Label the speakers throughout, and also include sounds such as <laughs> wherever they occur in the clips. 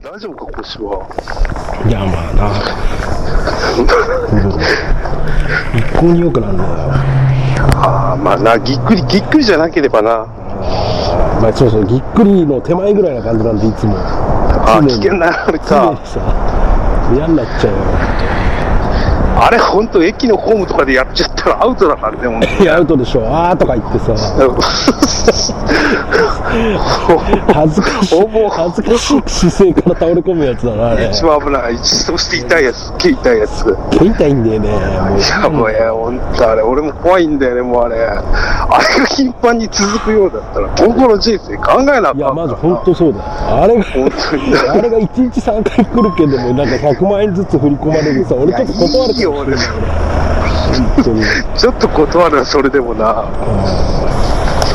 Speaker 1: 大丈夫か、腰は。
Speaker 2: いや、まあな。うん一向に良くなんだよ。
Speaker 1: ああ、まあな、ぎっくり、ぎっくりじゃなければな。
Speaker 2: まあ、そうそう、ぎっくりの手前ぐらいな感じなんで、いつも。
Speaker 1: あー
Speaker 2: 常に
Speaker 1: 危険な、あれ
Speaker 2: 常に
Speaker 1: か。
Speaker 2: さ、嫌になっちゃうよ。
Speaker 1: あれ、ほんと、駅のホームとかでやっちゃったらアウトだからね、 <laughs> ほんと
Speaker 2: いや、アウトでしょ、あーとか言ってさ、恥ずかしい
Speaker 1: ほぼ、
Speaker 2: 恥ずかしい姿勢から倒れ込むやつだな、あれ。
Speaker 1: 一番危ない。一そして痛いやつ、すっげえ痛いやつ。
Speaker 2: 手痛いんだよね、もう。
Speaker 1: いや、もう、いや、ほんとあれ、俺も怖いんだよね、もうあれ。あれが頻繁に続くようだったら、今後の人生考えなあかん
Speaker 2: いや、まず本当そうだよ。あれが、
Speaker 1: 本当に。
Speaker 2: あれが1日3回来るけども、なんか100万円ずつ振り込まれるさ、俺ちょっと断る
Speaker 1: <laughs> いいよ、俺。
Speaker 2: 本当に。
Speaker 1: ちょっと断る、それでもな。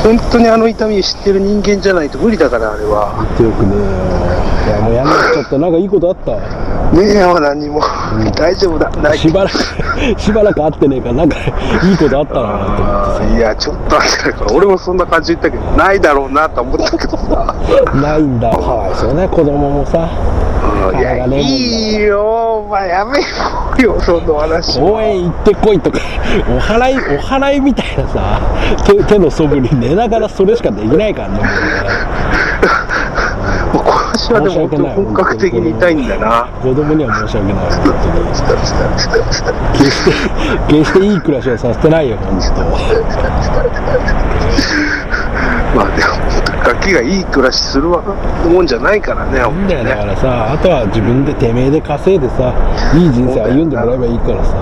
Speaker 1: 本当にあの痛み知ってる人間じゃないと無理だから、あれは。
Speaker 2: 強くねえよ。いや、もうやんなっちゃった。なんかいいことあった
Speaker 1: ねえよ、何も。大丈夫だ。ない
Speaker 2: しばらく、 <laughs> しばらく会ってねえから、なんかいいことあったなと思ってさ。
Speaker 1: あーいや、ちょっとあったから、俺もそんな感じ言ったけど、ないだろうなと思ったけどさ。
Speaker 2: ないんだ。かわいそうね、子供もさ。
Speaker 1: うんい
Speaker 2: あ
Speaker 1: や、
Speaker 2: れがね
Speaker 1: いいよ、お前やめようよ、その話。
Speaker 2: 応援行ってこいとか、お祓い、お祓いみたいなさ、手手のそぶり寝ながらそれしかできないからね、
Speaker 1: も
Speaker 2: もうね
Speaker 1: う腰はでも本当に本格的に痛いんだな。
Speaker 2: 子供には申し訳ない。本当に。決して、決していい暮らしはさせてないよ、本当。
Speaker 1: まあでも、ガキがいい暮らしするわもんじゃないからね、ほん
Speaker 2: だ
Speaker 1: と
Speaker 2: よ、
Speaker 1: に
Speaker 2: だ
Speaker 1: ね
Speaker 2: か。らさ、あとは自分でてめえで稼いでさ、いい人生歩んでもらえばいいからさ。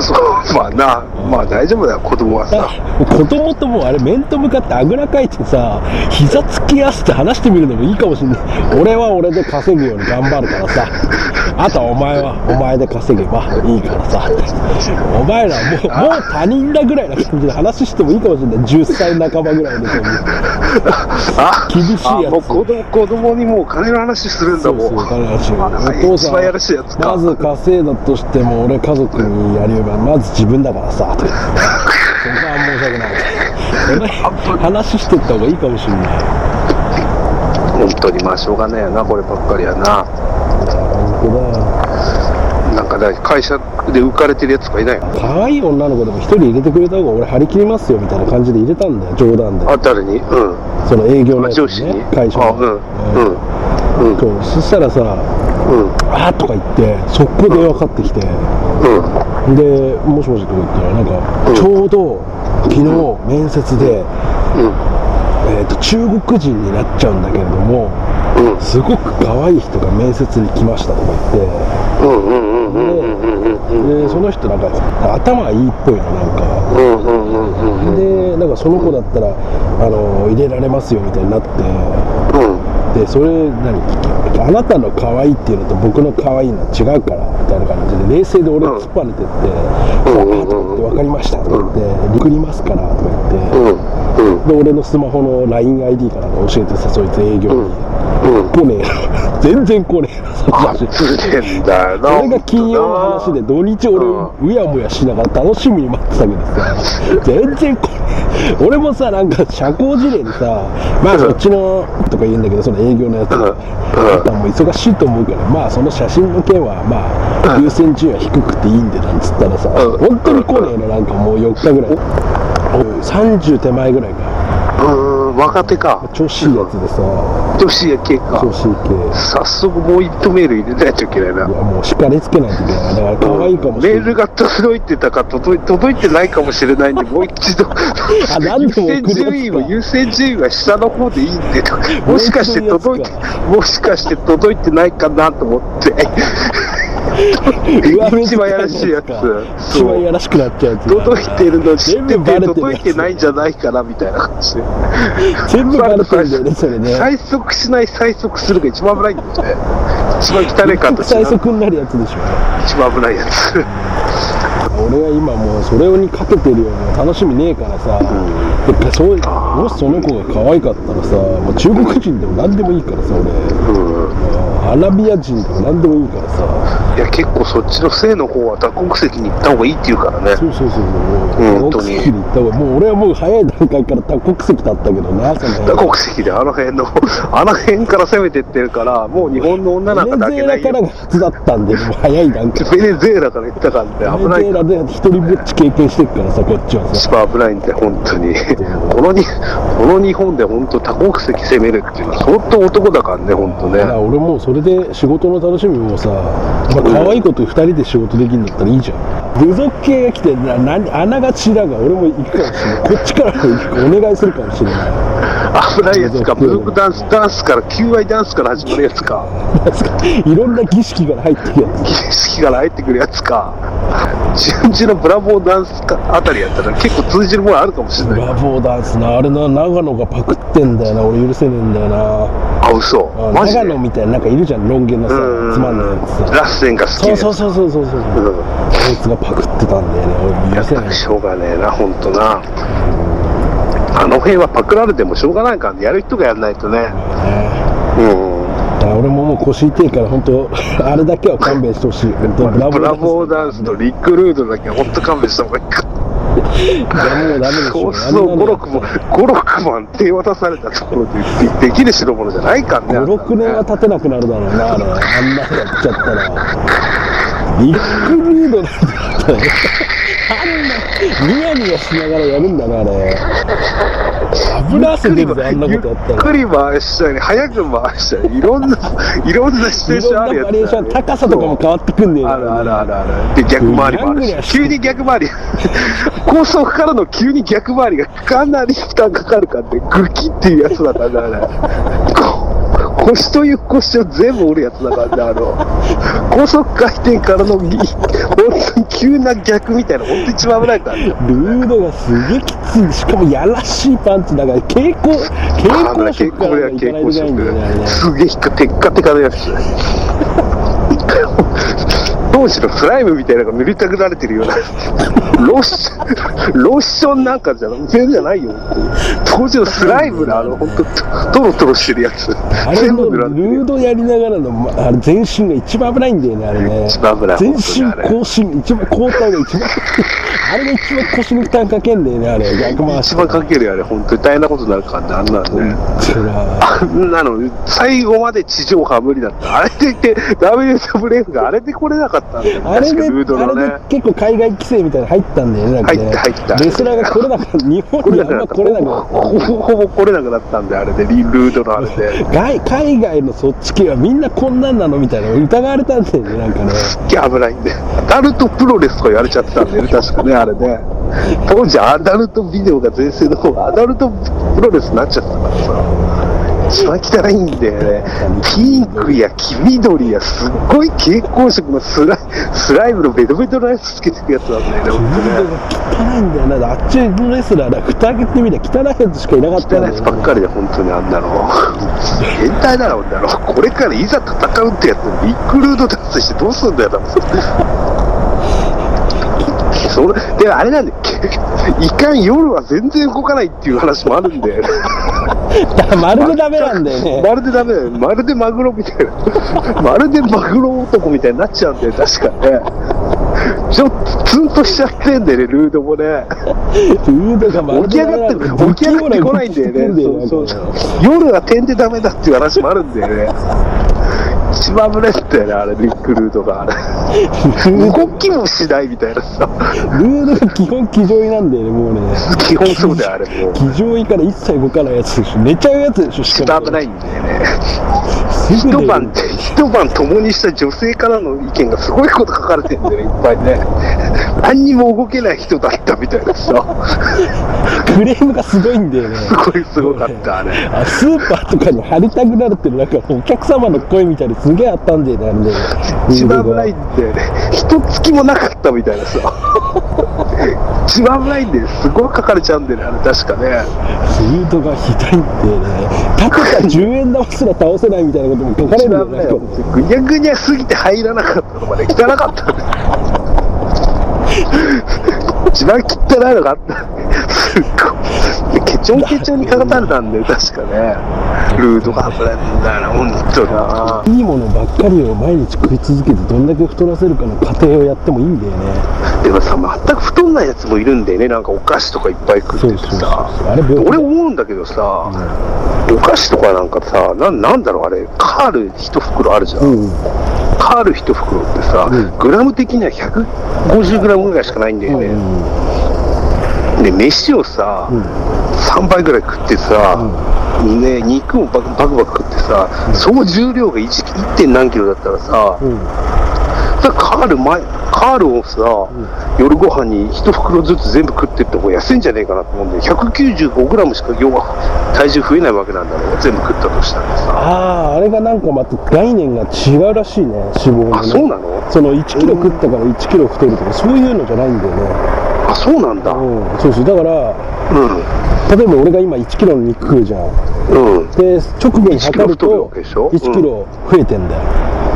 Speaker 1: そう、まあな、まあ大丈夫だよ、子供は
Speaker 2: だ
Speaker 1: さ。
Speaker 2: 子供ともうあれ面と向かってあぐらかいてさ膝つき合わせて話してみるのもいいかもしんない俺は俺で稼ぐように頑張るからさあとはお前はお前で稼げばいいからさお前らもうもう他人だぐらいな感じで話してもいいかもしんない10歳半ばぐらいでさ
Speaker 1: あ
Speaker 2: 厳しいやつ
Speaker 1: あもう子供子供にもう金の話するんだもん。
Speaker 2: そう金持ち
Speaker 1: まあ
Speaker 2: お父
Speaker 1: 一番やらしいやつ
Speaker 2: さん
Speaker 1: か
Speaker 2: まず稼いだとしても俺家族にやりよばまず自分だか
Speaker 1: <laughs>
Speaker 2: らさとそこは申し訳ないお前話してった方がいいかもしんない
Speaker 1: 本当にまあしょうがないよな、こればっかりやな。
Speaker 2: 本当だよ
Speaker 1: なんかだ会社で浮かれてるやつとかいないの
Speaker 2: 可愛い女の子でも一人入れてくれた方が俺張り切りますよみたいな感じで入れたんだよ冗談で
Speaker 1: あ、誰にうん。
Speaker 2: その営業
Speaker 1: あ
Speaker 2: のやつ
Speaker 1: 上司に
Speaker 2: ね会社
Speaker 1: あ、
Speaker 2: の
Speaker 1: うん。
Speaker 2: うん
Speaker 1: うん。うん。
Speaker 2: そうそしたらさ
Speaker 1: うん。
Speaker 2: 「あ」とか言って速攻電話かかってきてで
Speaker 1: うん。
Speaker 2: 「もしもし」とか言ったらなんか
Speaker 1: うん
Speaker 2: ちょうど昨日面接で、
Speaker 1: うん。
Speaker 2: えー、と中国人になっちゃうんだけれども
Speaker 1: うん。
Speaker 2: すごく可愛い人が面接に来ましたとか言って
Speaker 1: うんうんうんうんうんうんうんうん
Speaker 2: でその人なんか頭がいいっぽいのなんか。
Speaker 1: うんうんうんうんうん
Speaker 2: でなんかその子だったらあの入れられますよみたいになってでそれ何あなたの可愛いっていうのと僕の可愛いのは違うからみたいな感じで冷静で俺を突っぱねてって「
Speaker 1: うん
Speaker 2: ああ」とか言って「分かりました」とか言って「送りますから」とか言って
Speaker 1: うんうん
Speaker 2: で俺のスマホの LINEID から教えてさそいつ営業に
Speaker 1: うん
Speaker 2: 来ねえな全然来ねえなそ
Speaker 1: あずれんだよな
Speaker 2: れが金曜の話で土日俺
Speaker 1: う
Speaker 2: うやもやしながら楽しみに待ってたけどさ全然これ俺もさなんか社交辞令でさまあそっちのとか言うんだけどその営業のやつ
Speaker 1: うん
Speaker 2: あとはもう忙しいと思うからまあその写真の件はまあ優先順位は低くていいんでなんつったらさ
Speaker 1: うん
Speaker 2: 本当に来ねえのなんかもう4日ぐらいお30手前ぐらいか
Speaker 1: うんうん若手か
Speaker 2: 調子いいやつでさ
Speaker 1: 女子や系か
Speaker 2: 調子いい系
Speaker 1: 早速もう一メール入れないといけないない
Speaker 2: やもう叱りつけないといけないだから可愛いかもしれ
Speaker 1: メ
Speaker 2: ない
Speaker 1: ールが届いてたか届い届いてないかもしれないんで、もう一度、
Speaker 2: 何
Speaker 1: 優
Speaker 2: 度も送るや
Speaker 1: 先
Speaker 2: つか
Speaker 1: 順位を、優先順位は下の方でいいんで、もしかして届いて
Speaker 2: メ、
Speaker 1: もしかして届いてないかなと思って、
Speaker 2: 上目遣
Speaker 1: 一番やらしいやつ
Speaker 2: 一
Speaker 1: そう
Speaker 2: 番やらしくなっちゃうやつ
Speaker 1: 届いてるの知って
Speaker 2: 全部バレ
Speaker 1: て、
Speaker 2: てるやつ
Speaker 1: 届いてないんじゃないかなみたいな感じで、
Speaker 2: 全部バレてるんだよねそれね
Speaker 1: 最速しない、最速するが一番危ないんだよね、一番汚い形
Speaker 2: 最
Speaker 1: な
Speaker 2: 速になるやつでしょ
Speaker 1: 一番危ないやつ。
Speaker 2: 俺は今もうそれにかけてるよもう楽しみねえからさ、でそうもしその子が可愛かったらさもう中国人でも何でもいいからさ俺
Speaker 1: うん
Speaker 2: アラビア人でも何でもいいからさ
Speaker 1: いや、結構そっちの性の方は多国籍に行った方がいいって言うからね。
Speaker 2: そうそうそうそう
Speaker 1: うん本
Speaker 2: 多
Speaker 1: 当
Speaker 2: 国
Speaker 1: に
Speaker 2: 籍に行った方がもう俺はもう早い段階から多国籍だったけどなそ
Speaker 1: 多
Speaker 2: の
Speaker 1: 国籍であの辺の、あの辺から攻めてってるから、もう日本の女なんか
Speaker 2: ベ
Speaker 1: 抱
Speaker 2: ネズ
Speaker 1: けない
Speaker 2: エラから
Speaker 1: よ。
Speaker 2: が初だったんでもう早い段階
Speaker 1: ベネズエラから行ったからね、危
Speaker 2: ベネ
Speaker 1: な
Speaker 2: ズエ
Speaker 1: い。
Speaker 2: ラで一人ぼっち経験してるからさこっちは
Speaker 1: 一
Speaker 2: さ
Speaker 1: 番危ないんで、本当に。このに、この日本で本当多国籍攻めるっていうのは相当男だからね、本当
Speaker 2: だから
Speaker 1: ね。
Speaker 2: 俺もうそれで仕事の楽しみもさ、まあ、可愛い子と二人で仕事できるんだったらいいじゃん部族系が来てな何あながちだが俺も行くかもしれないこっちからも行くお願いするかもしれない
Speaker 1: 危ないやつか、ブルークダンス、ダンスから、求愛ダンスから始まるやつか。
Speaker 2: なんすかいろんな儀式が入ってるやつ
Speaker 1: 景色から入ってくるやつか順次のブラボーダンスかあたりやったら結構通じるものあるかもしれ
Speaker 2: ブ
Speaker 1: ない
Speaker 2: ラボーダンスなあれな長野がパクってんだよな俺許せねえんだよな
Speaker 1: あ嘘
Speaker 2: あ
Speaker 1: マジで
Speaker 2: 長野みたいななんかいるじゃんロン毛のさ
Speaker 1: うん
Speaker 2: つまんないやつさ
Speaker 1: ラッセンが好き
Speaker 2: そうそう
Speaker 1: う
Speaker 2: そうそうそうそうこ
Speaker 1: うん
Speaker 2: いつがパクってたんだよね
Speaker 1: や
Speaker 2: 俺許
Speaker 1: っ
Speaker 2: せ
Speaker 1: ぱ
Speaker 2: ない
Speaker 1: りしょうがねえな本当なあの辺はパクられてもしょうがないからねやる人がやらないとね
Speaker 2: ね
Speaker 1: うん
Speaker 2: だから俺ももう腰痛いから本当 <laughs> あれだけは勘弁してほしい本当ブラボ
Speaker 1: ブ
Speaker 2: ー
Speaker 1: ラ
Speaker 2: ダンス
Speaker 1: ボーダンスとリックルードだけは本当勘弁した方がいいか
Speaker 2: いやもうダメでし
Speaker 1: そ
Speaker 2: ょ
Speaker 1: うそう
Speaker 2: あんなの
Speaker 1: 56万五六万手渡されたところでできる代物じゃないからね
Speaker 2: 56年は経てなくなるだろうなあれあんなのやっちゃったらビッグリードなんだったらあんなニヤニヤしながらやるんだなあれ油汗出るぞあんなことやった
Speaker 1: ゆっく
Speaker 2: ら
Speaker 1: り回したり、早く回したり、いろんな、いろんなシチュエー
Speaker 2: い
Speaker 1: ション
Speaker 2: ろ
Speaker 1: あ
Speaker 2: ん
Speaker 1: る
Speaker 2: な
Speaker 1: やつだね、
Speaker 2: バリエーション高さとかも変わってくんね
Speaker 1: あるあるあるある。で、逆回りもあるし、急に逆回り、 <laughs> 高速からの急に逆回りがかなり負担かかるからね、グキっていうやつだからね、あれこ腰という腰を全部折るやつだからね、あの、高速回転からの、本当に急な逆みたいな、本当一番危ないからね。
Speaker 2: ルードがすげえきついしかもやらしいパンチだから蛍光蛍
Speaker 1: あんな
Speaker 2: 光
Speaker 1: 結
Speaker 2: 色か
Speaker 1: 構
Speaker 2: ら
Speaker 1: や
Speaker 2: い
Speaker 1: 結
Speaker 2: かない
Speaker 1: 構
Speaker 2: とい
Speaker 1: ショ
Speaker 2: けない
Speaker 1: ッ
Speaker 2: んだよねあれ
Speaker 1: ク
Speaker 2: ね
Speaker 1: すげえひっかテッカテカのやつ当時のスライムみたいなのが塗りたくられてるようなロッシロッションなんかじゃ全然じゃないよ当時のスライムのあの本当トロトロしてるやつ
Speaker 2: あれ
Speaker 1: 全部
Speaker 2: の
Speaker 1: 塗
Speaker 2: ル
Speaker 1: られてるよ
Speaker 2: ードやりながらの、まあれ全身が一番危ないんだよね、あれね。
Speaker 1: 一番危ない
Speaker 2: 全
Speaker 1: 本
Speaker 2: 身
Speaker 1: 当にあれ
Speaker 2: 更新、一番、交代が一番、あれが一番腰に負担かけんだよね、あれ。逆回し。
Speaker 1: 一番かけるよあれ本当に大変なことになるからねあんなのね
Speaker 2: そりゃ
Speaker 1: あんなの最後まで地上波無理だったあれでいて WWF があれで来れなかったんだよね
Speaker 2: あれ
Speaker 1: 確
Speaker 2: で、
Speaker 1: かルードの
Speaker 2: あ
Speaker 1: ね
Speaker 2: れで結構海外規制みたいなの入ったんだよね、なんかね。
Speaker 1: 入った入った
Speaker 2: レスラーが来れなかった、日本
Speaker 1: 来れ
Speaker 2: に
Speaker 1: な
Speaker 2: あ
Speaker 1: くな
Speaker 2: んま
Speaker 1: った。
Speaker 2: 来れなかった。
Speaker 1: ほぼほぼ来れなくなったんで、あれで、リルードのあれで。
Speaker 2: 外海外のそっち系はみんなこんなんなのみたいな疑われたんだよね、なんかね。
Speaker 1: いや、危ないんで。アダルトプロレスとかやれちゃってたんでね、確かね、あれね。当時、アダルトビデオが全盛の方が、アダルトプロレスになっちゃったからさ。一番汚いんだよね。ピンクや黄緑や、すっごい蛍光色のスライスライムのベトベトのやつつけてるやつなんだよね、
Speaker 2: ル
Speaker 1: ほんと
Speaker 2: ー
Speaker 1: ね。
Speaker 2: ドが汚いんだよな。あっちのレスラーだ、蓋開けてみたら汚いやつしかいなかった
Speaker 1: 汚
Speaker 2: ん
Speaker 1: い
Speaker 2: だ
Speaker 1: や
Speaker 2: よ
Speaker 1: つ
Speaker 2: ね
Speaker 1: ばっかりで、本当にあんなの。変態だろ、あんなの。これからいざ戦うってやつ、ビッグルードダンスしてどうすんだよ、だってそれ、で、あれなんだよ、いかん夜は全然動かないっていう話もあるんで、
Speaker 2: だからまるでダメなんだよね。
Speaker 1: まるでダメだよ、まるでマグロみたいな、まるでマグロ男みたいになっちゃうんだよ、確かね。ちょっとツンとしちゃってんだよね、ルードもね。
Speaker 2: フードがまる
Speaker 1: 起き
Speaker 2: で
Speaker 1: 上がって起き上がってこないんだよね。そうそう夜は点でダメだっていう話もあるんだよね。一番危ないんだよね、あれ、ビッグルートが。あれ動きもしないみたいなさ。
Speaker 2: ルードが基本騎乗位なんだよね、もうね。
Speaker 1: 基本そうだよ、あれもう。
Speaker 2: 騎乗位から一切動かないやつでしょ。寝ちゃうやつでしょ、し
Speaker 1: 一
Speaker 2: か
Speaker 1: 番
Speaker 2: も。
Speaker 1: 危ないんだよね。
Speaker 2: すぐ
Speaker 1: 一
Speaker 2: 寝る
Speaker 1: 晩、一晩共にした女性からの意見がすごいこと書かれてんだよね、いっぱいね。何にも動けない人だったみたいなさ。 <laughs>
Speaker 2: クレームがすごいんだよね。
Speaker 1: すごいすごかった、あれ。
Speaker 2: あスーパーとかに貼りたくなってる、なんかお客様の声みたいにすげえあったんだよね、あれね。
Speaker 1: 一番危ない
Speaker 2: ルードが
Speaker 1: んで、一月もなかったみたいなさ、一番危ないんで、すごい書かれちゃうんだよね、あれ、確かね、
Speaker 2: ルードがひどいんだよね。立てた10円玉すら倒せないみたいなことも書かれ
Speaker 1: 一
Speaker 2: る
Speaker 1: 番
Speaker 2: ん
Speaker 1: 危
Speaker 2: だ
Speaker 1: ない
Speaker 2: よ
Speaker 1: よ
Speaker 2: ね。、
Speaker 1: ぐにゃぐにゃすぎて入らなかったのまで汚かったんだよ一番汚いのがあった。すっごい。ケチョンケチョンに書かされたんだよ、確かね。ルートが外れんだよな、ほんとな。
Speaker 2: いいものばっかりを毎日食い続けてどんだけ太らせるかの過程をやってもいいんだよね
Speaker 1: でもさ、全く太んないやつもいるんだよね、なんかお菓子とかいっぱい食ってて
Speaker 2: そうそうそう
Speaker 1: さ。
Speaker 2: あれ病気
Speaker 1: 俺思うんだけどさ、お菓子とかなんかさ、なんなんだろう、あれ、カール一袋あるじゃん。
Speaker 2: うん
Speaker 1: カール一袋ってさ、
Speaker 2: うん
Speaker 1: グラム的には150グラムぐらいしかないんだよね。で、飯をさ、
Speaker 2: うん
Speaker 1: 3倍ぐらい食ってさ、ね、肉もバクバクバク食ってさ、その重量が 1, 点何キロだったらさ、
Speaker 2: うん
Speaker 1: さカール前、カールをさ、夜ご飯に一袋ずつ全部食ってってもう安いんじゃねえかなと思うんで、195グラムしか要は体重増えないわけなんだろう、全部食ったとしたらさ。
Speaker 2: あああれがなんかまた概念が違うらしいね脂肪
Speaker 1: あ、
Speaker 2: が、ね、
Speaker 1: そうなの
Speaker 2: その1キロ食ったから1キロ太るとかそういうのじゃないんだよね、
Speaker 1: あ、そうなんだ。うん。
Speaker 2: うん、そうそうだから例えば俺が今1キロの肉食うじゃん
Speaker 1: うん。
Speaker 2: で直後に
Speaker 1: 1キロ太
Speaker 2: 測る
Speaker 1: る
Speaker 2: と
Speaker 1: わけでしょ
Speaker 2: 1キロ増えてんだよ、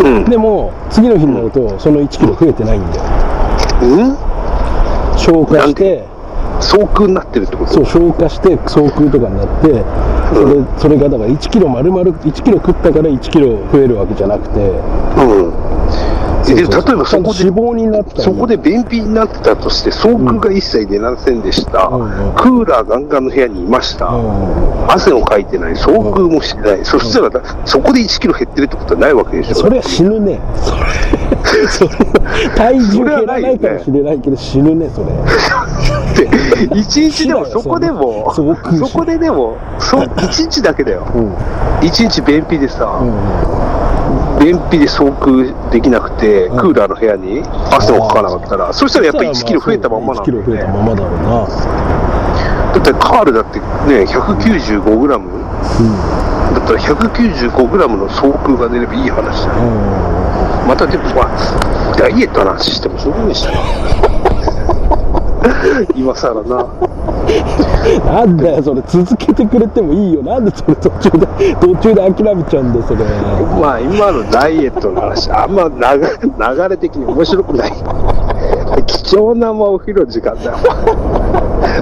Speaker 1: うん。
Speaker 2: でも次の日になるとその1キロ増えてないんだよ
Speaker 1: うん
Speaker 2: 消化
Speaker 1: なん
Speaker 2: して
Speaker 1: で総空になってるってこと
Speaker 2: そう消化して総空とかになってそれそれがだから1キロ丸々1キロ食ったから1キロ増えるわけじゃなくて
Speaker 1: うん。えで例え
Speaker 2: そうそう
Speaker 1: ばそこ
Speaker 2: ちゃ
Speaker 1: で
Speaker 2: んと脂肪になったんだ
Speaker 1: そこで便秘になってたとして、総空が一切出ませんでした、
Speaker 2: うんうん
Speaker 1: クーラーガンガンの部屋にいました、
Speaker 2: うん
Speaker 1: 汗をかいてない、総空もしてない、そしたらだ、そこで1キロ減ってるってことはないわけでしょ、
Speaker 2: それは死ぬねそれそれ体重減らないかもしれないけど死ぬねそ
Speaker 1: っ
Speaker 2: れ
Speaker 1: て、1日 <laughs> でもそこでも、
Speaker 2: そうそう
Speaker 1: そこででも、そう1日だけだよ、
Speaker 2: うん
Speaker 1: 1日便秘でさ
Speaker 2: う、ん
Speaker 1: 便秘で総空できなくて、クーラーの部屋に汗をかかなかったら、そしたらやっぱり1キロ増えたまんまなんだ
Speaker 2: 1キ
Speaker 1: よ
Speaker 2: ロ増えた
Speaker 1: ね。
Speaker 2: ままだろうな
Speaker 1: だってカールだってね、195グラム、だったら195グラムの総空が出ればいい話だね。
Speaker 2: う
Speaker 1: またでも、まあ、ダイエットの話してもしょうがない
Speaker 2: <laughs>
Speaker 1: しな。今更な。
Speaker 2: んなんだよそれ続けてくれてもいいよなんでそれ途中で途中で諦めちゃうんだよそれ
Speaker 1: まあ今のダイエットの話、あんま流流れ的に面白くない。貴重なまあお昼の時間だよ。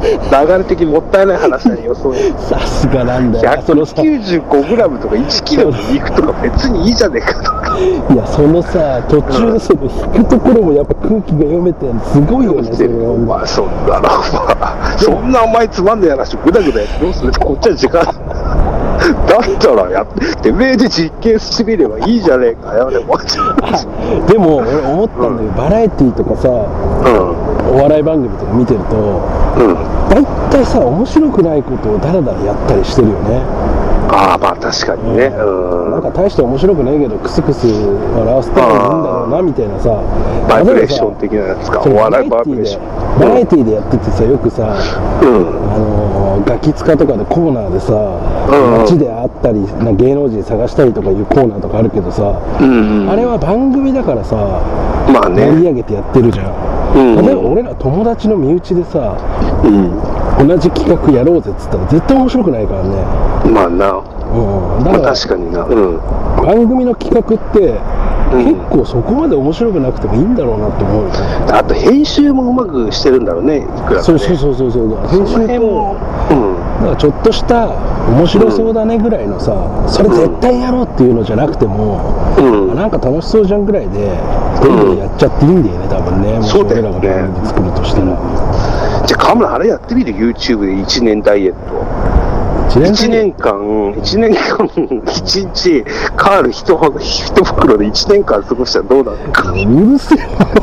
Speaker 1: 流れ的にもったいない話だよ、そういう。
Speaker 2: さすがなんだよなそのさ
Speaker 1: 195グラムとか1キロの肉とか別にいいじゃねえかとか。
Speaker 2: いやそのさ途中でその引くところもやっぱ空気が読めてすごいよねそれは
Speaker 1: まあそんなの、まあ、そんなお前つまんねえ話ぐだぐだやってどうするこっちは時間だったらやっててめえで実験してみればいいじゃねえかよでも
Speaker 2: でも俺思ったんだけど、バラエティーとかさ
Speaker 1: う
Speaker 2: お笑い番組とか見てる
Speaker 1: ん
Speaker 2: と
Speaker 1: うん
Speaker 2: 大体さ面白くないことをダラダラやったりしてるよね
Speaker 1: ああまあ確かにねうん
Speaker 2: なんか大して面白くないけどクスクス笑わせてもいいんだろうなみたいなさ
Speaker 1: バイブレーション的なやつか
Speaker 2: そう
Speaker 1: お笑い
Speaker 2: バ
Speaker 1: バ
Speaker 2: ラエ
Speaker 1: イブレー
Speaker 2: ティーで
Speaker 1: ショ
Speaker 2: バラエティーでやっててさよくさ
Speaker 1: ンうん
Speaker 2: あのーガキ使とかでコーナーでさ、
Speaker 1: うん
Speaker 2: 街で会ったりな芸能人探したりとかいうコーナーとかあるけどさ、
Speaker 1: うんうん
Speaker 2: あれは番組だからさ
Speaker 1: まあ
Speaker 2: 盛り
Speaker 1: ね
Speaker 2: 上げてやってるじゃん、
Speaker 1: うん
Speaker 2: 例えば俺ら友達の身内でさ
Speaker 1: うん
Speaker 2: 同じ企画やろうぜっつったら絶対面白くないからね、
Speaker 1: まあなま
Speaker 2: うん、
Speaker 1: あ
Speaker 2: だから
Speaker 1: 確かになうん
Speaker 2: 番組の企画って
Speaker 1: うん
Speaker 2: 結構そこまで面白くなくてもいいんだろうなって思うよね、
Speaker 1: あと編集もうまくしてるんだろうねいくらかね
Speaker 2: そうそうそうそうそう編
Speaker 1: その
Speaker 2: 集
Speaker 1: 辺も
Speaker 2: と
Speaker 1: うん
Speaker 2: だからちょっとした面白そうだねぐらいのさそれ絶対やろうっていうのじゃなくても
Speaker 1: うん
Speaker 2: なんか楽しそうじゃんぐらいでどんどんやっちゃっていいんだよね多分ねもし
Speaker 1: そうだ
Speaker 2: 俺
Speaker 1: よ
Speaker 2: ら
Speaker 1: ね
Speaker 2: が番組作るとしたら
Speaker 1: じゃあ、河村、あれやってみる ?YouTube で1年ダイエット。
Speaker 2: 1
Speaker 1: 1年間、一年間、1日、カール一箱一袋で1年間過ごしたらどうなるか。
Speaker 2: うるせえ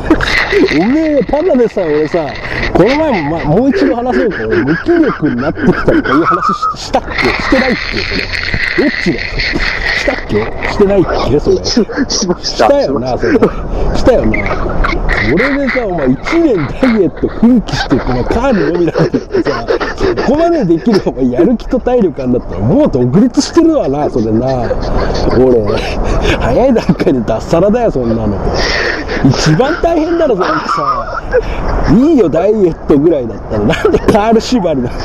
Speaker 2: おめえただでさ俺さこの前も、まあ、もう一度話そうか俺無気力になってきたとかいう話ししたっけしてないっけそれどっちだよしたっけしてないっけそれ
Speaker 1: ししまし。
Speaker 2: したたよな、それ。したよな。俺でさ、お前、1年ダイエット奮起して、お前、カールのみだってさ、そこまでできるお前、やる気と体力あんだったら、もう独立してるわな、それな。俺、早い段階で脱サラだよ、そんなの。一番大変だろ、それさ。いいよ、ダイエットぐらいだったら。なんでカール縛りだ。カ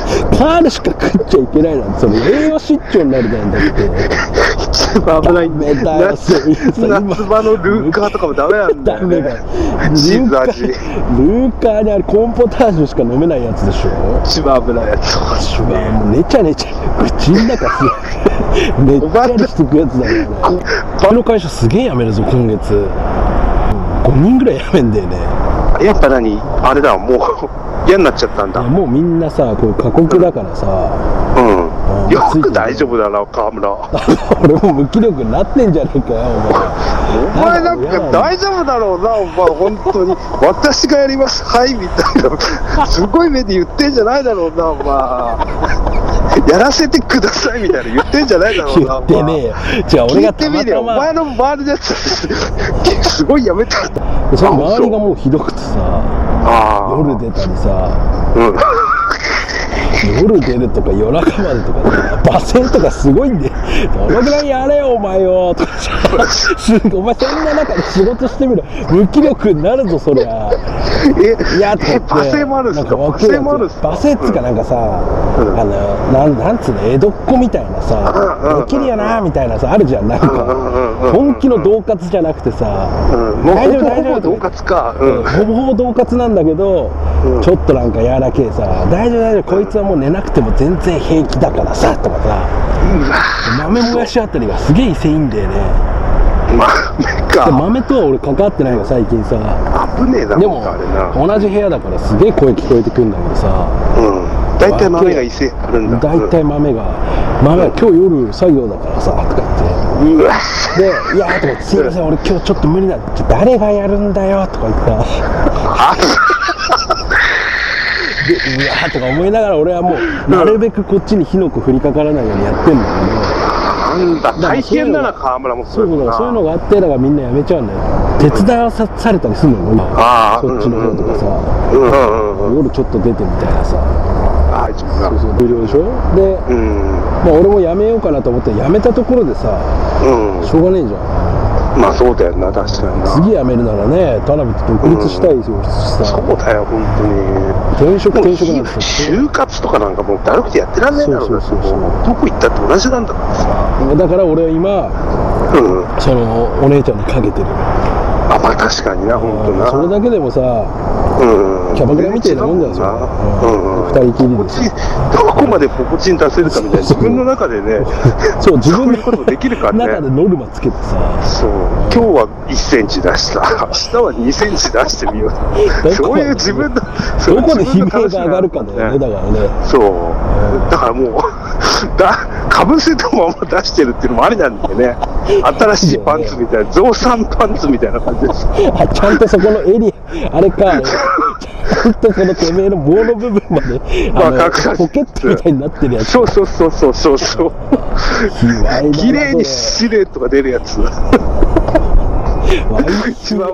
Speaker 2: ールしか食っちゃいけないなんて、それ栄養失調になるじゃんだって。
Speaker 1: 一番危ないん
Speaker 2: ダメだよ
Speaker 1: 夏
Speaker 2: そういうさ今
Speaker 1: 夏場のルーカーとかもダメなんだ
Speaker 2: ダ
Speaker 1: よ
Speaker 2: メだよ
Speaker 1: ね。。チーズ味
Speaker 2: ルーカールーカーにあるコーンポタージュしか飲めないやつでしょ。
Speaker 1: 一番危ないやつ。
Speaker 2: 私はもう寝ちゃ寝ちゃ、口の中すごい。寝っちゃりしてくやつだよね。
Speaker 1: こ
Speaker 2: うちの会社すげえ辞めるぞ、今月。5人ぐらい辞めんだよね。
Speaker 1: やっぱ何あれだ、もう嫌になっちゃったんだ。
Speaker 2: いうやもうみんなさ、こう過酷だからさ、
Speaker 1: ん。
Speaker 2: い
Speaker 1: よ
Speaker 2: や
Speaker 1: く大丈夫だな、河村。
Speaker 2: 俺も無気力になってんじゃねえかよ、お前。
Speaker 1: お前なんか大丈夫だろうな、お前、本当に。私がやります、はい、みたい <laughs> な。すごい目で言ってんじゃないだろうな、お前。やらせてください、みたいな言ってんじゃないだろう
Speaker 2: 言
Speaker 1: な、お
Speaker 2: ってねえ
Speaker 1: 前。
Speaker 2: よ。じゃあ俺
Speaker 1: 聞
Speaker 2: が
Speaker 1: いて
Speaker 2: た
Speaker 1: み
Speaker 2: ま
Speaker 1: りゃ、
Speaker 2: た
Speaker 1: お前
Speaker 2: ま、
Speaker 1: の周りのやつ、 <laughs> すごいやめた。
Speaker 2: その周りがもうひどくてさ、
Speaker 1: ああ。
Speaker 2: 夜出たりさ、
Speaker 1: うん。
Speaker 2: 夜出るとか夜中までとかさ、馬船とかすごいんで、どのぐらいやれよ、お前よ、 <laughs> とかさ、すごいお前そんな中で仕事してみろ。無気力になるぞ、そりゃ。
Speaker 1: え、
Speaker 2: いやと思
Speaker 1: え、罵
Speaker 2: って
Speaker 1: 声もあるんですか
Speaker 2: なん
Speaker 1: 罵
Speaker 2: 若いや
Speaker 1: 声
Speaker 2: つ
Speaker 1: もあるんですか
Speaker 2: 罵声っつうかなんかさ、
Speaker 1: うん
Speaker 2: あのなんなんつうの江戸っ子みたいな
Speaker 1: うんうんうん
Speaker 2: さ「できるよな」みたいなさあるじゃんなんか
Speaker 1: うんうんうんうん
Speaker 2: 本気の恫喝じゃなくてさ、
Speaker 1: うん。もう
Speaker 2: 大丈夫
Speaker 1: ほぼほぼ
Speaker 2: 大丈夫
Speaker 1: 同活か。うん。
Speaker 2: ほぼほぼ恫喝なんだけど、ちょっとなんか柔らけえさ「大丈夫大丈夫こいつはもう寝なくても全然平気だからさ」とかさ豆もやしあたりがすげえ威勢いいんだよね
Speaker 1: まあ、
Speaker 2: で
Speaker 1: か。
Speaker 2: 豆とは俺関わってないよ最近さ
Speaker 1: 危ねえな、
Speaker 2: で
Speaker 1: も
Speaker 2: も
Speaker 1: うあれな。
Speaker 2: 同じ部屋だからすげえ声聞こえてくるんだけどさ
Speaker 1: うん。大体豆が異性あるんだ。
Speaker 2: 大体豆が「豆は今日夜作業だからさ」とか言
Speaker 1: うん。うわ。
Speaker 2: って「でいや」とか言って「すいません俺今日ちょっと無理だ」って「誰がやるんだよ」とか言ってで「うわ」とか思いながら俺はもうなるべくこっちに火の粉振りかからないようにやってんだ
Speaker 1: なんだ、
Speaker 2: から
Speaker 1: 大変だな、
Speaker 2: そういうの
Speaker 1: 河村も
Speaker 2: けどそういうの
Speaker 1: な
Speaker 2: がそういうのがあってだからみんなやめちゃうんだよ手伝わさされたりするのよ今
Speaker 1: ああ
Speaker 2: そっちの方とかさ
Speaker 1: うんうんうんうん。
Speaker 2: 夜ちょっと出てみたいなさ
Speaker 1: あいつもな
Speaker 2: そうそう無料でしょで、
Speaker 1: うん。
Speaker 2: まあ、俺もやめようかなと思ってやめたところでさ
Speaker 1: うん。
Speaker 2: しょうがねえじゃん
Speaker 1: まあそうだよな、確かにな。
Speaker 2: 次辞めるならね、田辺と独立したいですよ、
Speaker 1: そ
Speaker 2: さ
Speaker 1: うだよ、本当に。
Speaker 2: 転職、
Speaker 1: もう
Speaker 2: 転職なんですよ。
Speaker 1: 就活とかなんかもうだるくてやってらんねえだろうな、
Speaker 2: そうそうそうそう
Speaker 1: もうどこ行ったって同じなんだからさ。
Speaker 2: だから俺は今、
Speaker 1: うん。
Speaker 2: そのお姉ちゃんにかけてる。
Speaker 1: あ、まあ確かにな、本当な。
Speaker 2: それだけでもさ、
Speaker 1: うん
Speaker 2: キャバクラみたいなもんだよそれ
Speaker 1: うん。
Speaker 2: うん二人きりで
Speaker 1: 心地いいどこまで心地に出せるかみたいな、自分の中でね、
Speaker 2: <laughs> そう、自
Speaker 1: そう
Speaker 2: 分
Speaker 1: いうことできるか
Speaker 2: の中
Speaker 1: ら
Speaker 2: で
Speaker 1: ね。
Speaker 2: ノルマつけてさ、
Speaker 1: そう。今日は1センチ出した。明日は2センチ出してみよ
Speaker 2: どこま
Speaker 1: う。
Speaker 2: で
Speaker 1: そういう自分の、そうい
Speaker 2: ど
Speaker 1: う
Speaker 2: こで
Speaker 1: 自
Speaker 2: 悲
Speaker 1: 分の
Speaker 2: 鳴
Speaker 1: 楽し
Speaker 2: が
Speaker 1: み
Speaker 2: 上がるかだよね、だからね。
Speaker 1: そう。だからもう、 <laughs> だ、かぶせたまま出してるっていうのもありなんだよね。新しいパンツみたいな、増産パンツみたいな感じです。
Speaker 2: あ、ちゃんとそこのエリア、あれか、 <laughs> ちゃんとそのてめえの棒の部分まで、あ
Speaker 1: まあ
Speaker 2: の
Speaker 1: 隠さ
Speaker 2: ポケットみたいになってるやつ。
Speaker 1: そうそうそうそうそうそう。
Speaker 2: ひわいだな
Speaker 1: 綺麗に
Speaker 2: そ
Speaker 1: シルエットが出るやつ。
Speaker 2: れわいな
Speaker 1: 一番危ない